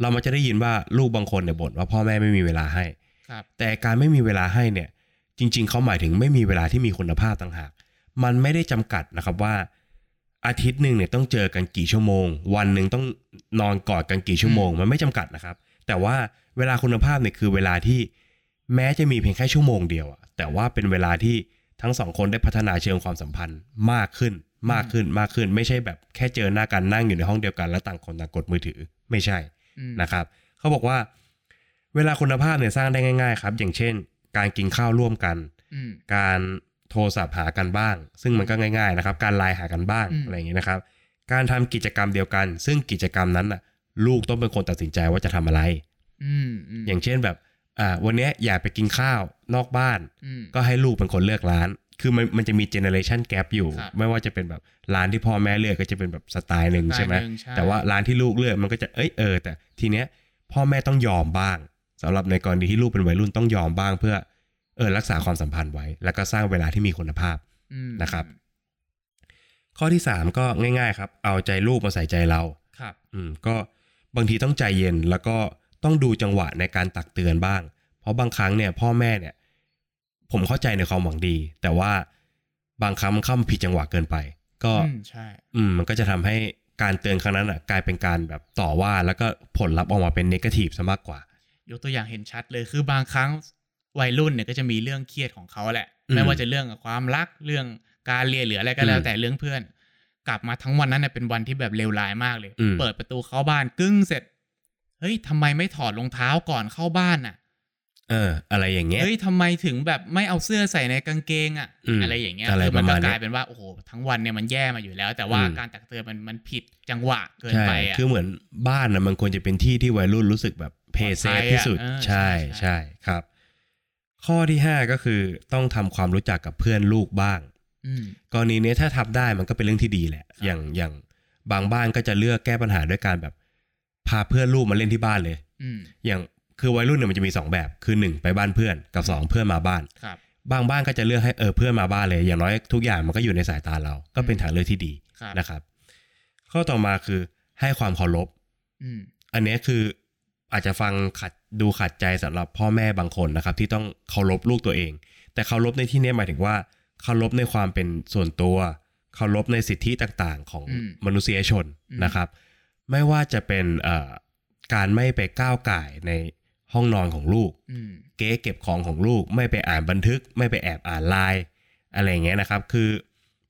S1: เรามักจะได้ยินว่าลูกบางคนเนี่ยบ่นว่าพ่อแม่ไม่มีเวลาให้
S2: ครับ
S1: แต่การไม่มีเวลาให้เนี่ย จริง ๆ เขาหมายถึงไม่มีเวลาที่มีคุณภาพต่างหาก มันไม่ได้จำกัดนะครับว่า อาทิตย์หนึ่งเนี่ยต้องเจอกันกี่ชั่วโมง วันหนึ่งต้องนอนกอดกันกี่ชั่วโมง มันไม่จำกัดนะครับ แต่ว่าเวลาคุณภาพเนี่ยคือเวลาที่แม้จะมีเพียงแค่ชั่วโมงเดียวอะแต่ว่าเป็นเวลาที่ทั้งสองคนได้พัฒนาเชิงความสัมพันธ์มากขึ้น มากขึ้นมากขึ้น ไม่ใช่แบบแค่เจอหน้ากันนั่งอยู่ในห้องเดียวกันแล้วต่างคนต่างกดมือถือไม่ใช่
S2: อืม
S1: นะครับเขาบอกว่าเวลาคุณภาพเนี่ยสร้างได้ง่ายๆครับ อย่างเช่น การกินข้าวร่วมกัน
S2: อืม
S1: การโทรศัพท์หากันบ้าง ซึ่งมันก็ง่ายๆนะครับ การไลน์หากันบ้าง
S2: อืม
S1: อะไรอย่างนี้นะครับ การทำกิจกรรมเดียวกัน ซึ่งกิจกรรมนั้นน่ะลูกต้องเป็นคนตัดสินใจว่าจะทำอะไร
S2: อืมอืม
S1: อย่างเช่นแบบอ่าวันเนี้ยอยากไปกินข้าวนอกบ้าน
S2: อืม
S1: ก็ให้ลูกเป็นคนเลือกร้าน คือมันมันจะมีเจเนอเรชันแกรอยู่
S2: ครับ
S1: ไม่ว่าจะเป็นแบบร้านที่พ่อแม่เลือกก็จะเป็นแบบสไตล์หนึ่ง
S2: สไตล์
S1: ใช่ไหม
S2: หนึ่งใช่
S1: แต่ว่าร้านที่ลูกเลือกมันก็จะ เอ้ยเออ แต่ทีเนี้ยพ่อแม่ต้องยอมบ้างสำหรับในกรณีที่ลูกเป็นวัยรุ่นต้องยอมบ้าง เพื่อเออรักษาความสัมพันธ์ไว้ แล้วก็สร้างเวลาที่มีคุณภาพ
S2: อืม
S1: นะครับ ข้อที่สามก็ง่ายๆครับ เอาใจลูกมาใส่ใจเรา
S2: ครับ
S1: อืมก็บางทีต้องใจเย็นแล้วก็ต้องดูจังหวะในการตักเตือนบ้าง เพราะบางครั้งเนี่ยพ่อแม่เนี่ย ผมเข้าใจในความหวังดี แต่ว่าบางครั้งมันเข้ามาผิดจังหวะเกินไป ก็
S2: อืม ใช่
S1: อืมมันก็จะทำให้การเตือนครั้งนั้นอ่ะกลายเป็นการแบบต่อว่าแล้วก็ผลลัพธ์ออกมาเป็นเนกาทีฟซะมากกว่า
S2: ยกตัวอย่างเห็นชัดเลยคือบางครั้งวัยรุ่นเนี่ยก็จะมีเรื่องเครียดของเขาแหละ
S1: อืม
S2: ไม่ว่าจะเรื่องกับความรักเรื่องการเรียนหรืออะไรก็แล้ว
S1: อืม
S2: แต่เรื่องเพื่อน กลับมาทั้งวันนั้นเน่ยเป็นวันที่แบบเลวร้ายมากเลย
S1: อืม
S2: เปิดประตูเข้าบ้านกึ้งเสร็จ เฮ้ยทำไมไม่ถอดรองเท้าก่อนเข้าบ้านอ่ะ
S1: เออ อะไรอย่างเงี้ย
S2: เฮ้ยทำไมถึงแบบไม่เอาเสื้อใส่ในกางเกงอะ
S1: อืม
S2: อะไรอย่างเงี้ย
S1: อะไร
S2: คื
S1: ป
S2: มั
S1: ระมาณ
S2: ก็
S1: เนี้ย
S2: กลายเป็นว่าโอ้โหทั้งวันเนี่ยมันแย่มาอยู่แล้ว แต่ว่า
S1: อืม
S2: การตักเตือนมันมันผิดจังหวะเกิน
S1: ใช่
S2: ไปอะ
S1: คือเหมือนบ้านนะมันควรจะเป็นที่ที่วัยรุ่นรู้สึกแบบเพย์เซ
S2: ปลอดภั
S1: ฟ
S2: ย
S1: ที่สุด
S2: อะเออ
S1: ใช่
S2: ใช่
S1: ใช่ครับ ข้อที่ 5 ก็คือต้องทำความรู้จักกับเพื่อนลูกบ้าง
S2: ม
S1: กรณีเนี้ยถ้าทำได้มันก็เป็นเรื่องที่ดีแหละ
S2: ครับ
S1: อย่างอย่างบางบ้านก็จะเลือกแก้ปัญหาด้วยการแบบ พาเพื่อนลูกมาเล่นที่บ้านเลย
S2: อืม
S1: อย่างคือวัยรุ่นเนี่ยมันจะมีสองแบบ คือหนึ่งไปบ้านเพื่อนกับสองเพื่อนมาบ้าน
S2: ครับ
S1: บางบ้านก็จะเลือกให้เออเพื่อนมาบ้านเลย อย่างน้อยทุกอย่างมันก็อยู่ในสายตาเรา ก็เป็นทางเลือกที่ดี
S2: ครับ
S1: นะครับ ข้อต่อมาคือให้ความเคารพ
S2: อืม
S1: อันเนี้ยคืออาจจะฟังขัดดูขัดใจสำหรับพ่อแม่บางคนนะครับ ที่ต้องเคารพลูกตัวเอง แต่เคารพในที่เนี้ยหมายถึงว่าเคารพในความเป็นส่วนตัว เคารพในสิทธิต่างๆ ของมนุษยชนนะครับ ไม่ว่าจะเป็นเอ่อการไม่ไปก้าวก่ายในห้องนอนของลูก
S2: อืม
S1: เก๊เก็บของของลูก ไม่ไปอ่านบันทึก ไม่ไปแอบอ่านไลน์อะไรอย่างเงี้ยนะครับ คือ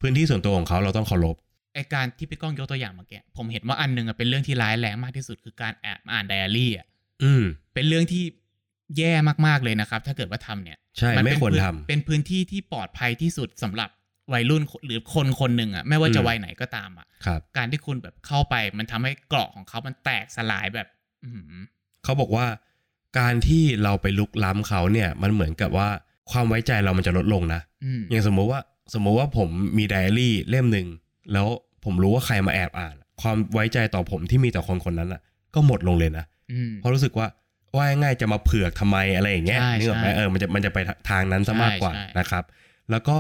S1: พื้นที่ส่วนตัวของเขาเราต้องเคารพ
S2: ไอการที่พี่ก้องยกตัวอย่างเมื่อกี้ผมเห็นว่าอันหนึ่งอะเป็นเรื่องที่ร้ายแรงมากที่สุดคือการแอบอ่านไดอารี่อะ
S1: อืม
S2: เป็นเรื่องที่แย่มากๆเลยนะครับ ถ้าเกิดว่าทำเนี่ย
S1: ใช่
S2: น
S1: ไม่
S2: เป็น
S1: ควร
S2: พื้น
S1: ทำ
S2: เป็นพื้นที่ที่ปลอดภัยที่สุดสำหรับวัยรุ่นหรือคนคนหนึ่งอ่ะไม่ว่าจะ
S1: อืม
S2: วัยไหนก็ตามอ่ะ
S1: ครับ
S2: การที่คุณแบบเข้าไปมันทำให้เกราะของเขามันแตกสลายแบบ อืม
S1: เขาบอกว่าการที่เราไปลุกล้ำเขาเนี่ยมันเหมือนกับว่าความไว้ใจเรามันจะลดลงนะ
S2: อืม
S1: อย่างสมมุติว่าสมมุติว่าผมมีไดอารี่เล่มหนึ่งแล้วผมรู้ว่าใครมาแอบอ่าน ความไว้ใจต่อผมที่มีต่อคนคนนั้นอ่ะ ก็หมดลงเลยนะ
S2: อืม
S1: เพราะรู้สึกว่าว่าง่ายๆจะมาเผือกทำไมอะไรอย่างเงี้ย
S2: ใช่
S1: นึกออกไหม
S2: ใช่
S1: เออมันจะมันจะไปทางนั้นซะมากกว่า
S2: ใช่ใช่
S1: นะครับ แล้วก็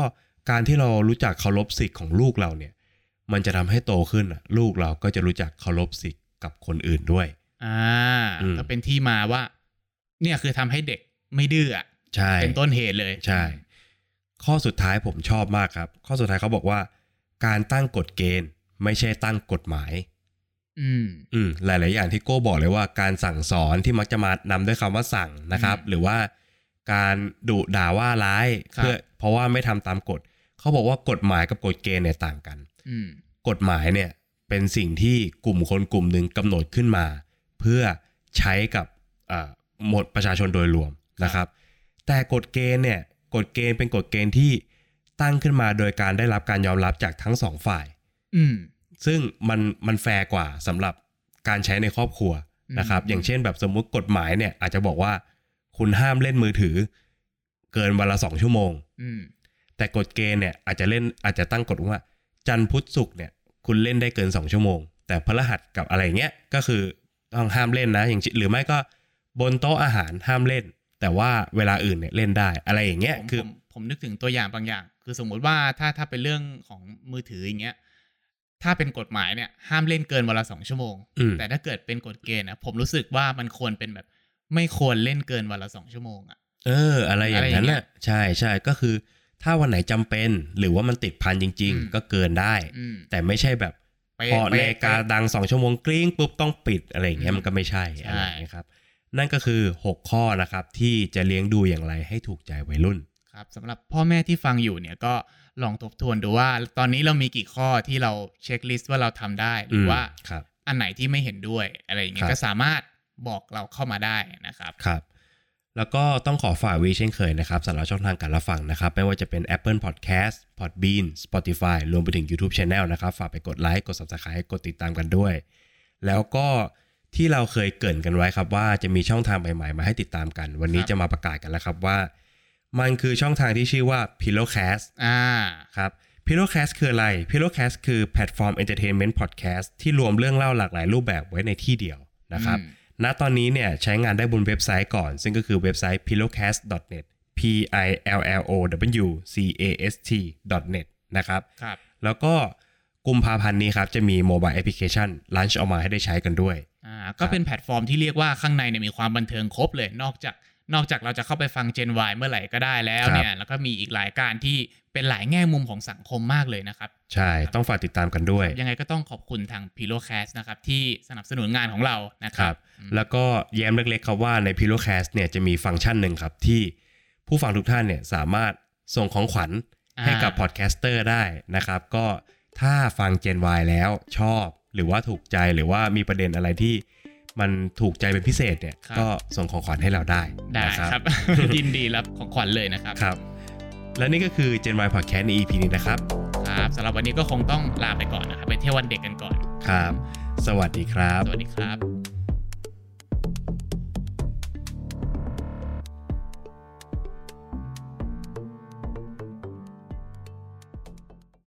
S1: การที่เรารู้จักเคารพสิทธิ์ของลูกเราเนี่ย มันจะทำให้โตขึ้นอะลูกเราก็จะรู้จักเคารพสิทธิ์กับคนอื่นด้วย
S2: อ่า
S1: อืม
S2: ก็เป็นที่มาว่า เนี่ยคือทำให้เด็กไม่ดื้ออะ
S1: ใช่
S2: เป็นต้นเหตุเลย
S1: ใช่ ข้อสุดท้ายผมชอบมากครับ ข้อสุดท้ายเขาบอกว่า การตั้งกฎเกณฑ์ ไม่ใช่ตั้งกฎหมาย
S2: อืม
S1: อืมหลาย ๆ อย่างที่โก้บอกเลยว่าการสั่งสอนที่มักจะมานำด้วยคำว่าสั่งนะครับ
S2: อืม
S1: หรือว่าการดุด่าว่าร้าย
S2: ครับ
S1: เพื่อเพราะว่าไม่ทำตามกฎ เขาบอกว่ากฎหมายกับกฎเกณฑ์เนี่ยต่างกัน
S2: อืม
S1: กฎหมายเนี่ยเป็นสิ่งที่กลุ่มคนกลุ่มหนึ่งกำหนดขึ้นมา เพื่อใช้กับเอ่อหมวดประชาชนโดยรวมนะครับ แต่กฎเกณฑ์เนี่ยกฎเกณฑ์เป็นกฎเกณฑ์ที่ตั้งขึ้นมาโดยการได้รับการยอมรับจากทั้งสองฝ่าย
S2: อืม
S1: ซึ่งมันมันแฟร์กว่าสำหรับการใช้ในครอบครัวนะครับ
S2: อืม
S1: อย่างเช่นแบบสมมุติกฎหมายเนี่ยอาจจะบอกว่าคุณห้ามเล่นมือถือ เกินวันละสองชั่วโมง
S2: อืม
S1: แต่กฎเกณฑ์เนี่ยอาจจะเล่นอาจจะตั้งกฎว่า จันทร์พุธศุกร์เนี่ยคุณเล่นได้เกิน 2 ชั่วโมง แต่พฤหัสกับอะไรเงี้ยก็คือต้องห้ามเล่นนะอย่างเช่นหรือไม่ก็บนโต๊ะอาหารห้ามเล่น แต่ว่าเวลาอื่นเนี่ยเล่นได้อะไรอย่างเงี้ย
S2: ผม
S1: คือ
S2: ผมผมนึกถึงตัวอย่างบางอย่าง คือสมมุติว่าถ้าถ้าเป็นเรื่องของมือถืออย่างเงี้ยถ้าเป็นกฎหมายเนี่ย ห้ามเล่นเกินวันละสองชั่วโมง
S1: อืม
S2: แต่ถ้าเกิดเป็นกฎเกณฑ์นะผมรู้สึกว่ามันควรเป็นแบบ ไม่ควรเล่นเกินวันละสองชั่วโมงอ่ะ
S1: เออ อะไรอย่างนั้นน่ะใช่ใช่ก็คือถ้าวันไหนจำเป็นหรือว่ามันติดพันจริง
S2: อืม
S1: ๆ ก็เกินได้
S2: อืม
S1: แต่ไม่ใช่แบบ
S2: ไป
S1: พอ
S2: ไป
S1: นาฬิกาดังสองชั่วโมงกลิ้งปุ๊บต้องปิดอะไรอย่างเงี้ย
S2: อืม
S1: มันก็ไม่ใช่
S2: ใช่
S1: อะไรอย่างเงี้ยครับ นั่นก็คือ 6 ข้อนะครับที่จะเลี้ยงดูอย่างไรให้ถูกใจวัยรุ่น
S2: ครับสำหรับพ่อแม่ที่ฟังอยู่เนี่ยก็ลองทบทวนดูว่า ตอนนี้เรามีกี่ข้อที่เราเช็คลิสต์ว่าเราทำได้หรือว่า
S1: อืมครับ
S2: อันไหนที่ไม่เห็นด้วยอะไรอย่างเงี้
S1: ครั
S2: ย
S1: บ
S2: ก็สามารถบอกเราเข้ามาได้นะครับ
S1: ครับ แล้วก็ต้องขอฝากไวีเช่นเคยนะครับสำหรับช่องทางการรับฟังนะครับ ไม่ว่าจะเป็น Apple Podcast Podbean Spotify รวมไปถึง YouTube Channel นะครับ ฝากไปกดไลค์กด Subscribe กดติดตามกันด้วย แล้วก็ที่เราเคยเกริ่นกันไว้ครับ ว่าจะมีช่องทางใหม่ๆ มาให้ติดตามกัน วันนี้
S2: ครับ
S1: จะมาประกาศกันแล้วครับว่า มันคือช่องทางที่ชื่อว่า Pillowcast
S2: อ่า
S1: ครับ p i l l o w c a s t คืออะไร p i l l o w c a s t คือแพลตฟอร์ม Entertainment Podcast ที่รวมเรื่องเล่าหลากหลายรูปแบบไว้ในที่เดียวนะครับ
S2: อืม
S1: ณ ตอนนี้เนี่ยใช้งานได้บนเว็บไซต์ก่อน ซึ่งก็คือเว็บไซต์ p i l l o w c a s t net p i l l o w c a s t net นะครับ
S2: ครับ
S1: แล้วก็กุมภาพันธ์นี้ครับ จะมีโมบายแอปพลิเคชันลันช์ออกมาให้ได้ใช้กันด้วย
S2: อ่าก็เป็นแพลตฟอร์มที่เรียกว่าข้างในเนี่ยมีความบันเทิงครบเลย นอกจากนอกจากเราจะเข้าไปฟัง Gen Y เมื่อไหร่ก็ได้แล้วเนี่ยแล้วก็มีอีกหลายการที่เป็นหลายแง่มุมของสังคมมากเลยนะครับ
S1: ใช่ ต้องฝากติดตามกันด้วย
S2: ยังไงก็ต้องขอบคุณทาง p i l o w c a s t นะครับที่สนับสนุนงานของเรานะค
S1: ค
S2: รั
S1: รับ บแล้วก็แย้มเล็กๆครับว่าใน p i l l o w c a s t เนี่ยจะมีฟังก์ชันหนึ่งครับ ที่ผู้ฟังทุกท่านเนี่ยสามารถส่งของขวัญ
S2: อ่า
S1: ให้กับพอดแคสเตอร์ได้นะครับ ก็ถ้าฟัง Gen Y แล้วชอบหรือว่าถูกใจหรือว่ามีประเด็นอะไรที่มันถูกใจเป็นพิเศษเนี่ยก็ส่งของขวัญให้เราได้
S2: ได้
S1: นะครับ
S2: ยินดีรับของขวัญเลยนะครับ
S1: ครับ และนี่ก็คือ Gen Y Podcast ใน EP นี้นะครับ
S2: ครับสำหรับวันนี้ก็คงต้องลาไปก่อนนะครับ ไปเที่ยววันเด็กกันก่อน
S1: ครับ สวัสดีครับ
S2: สวัสดีครับ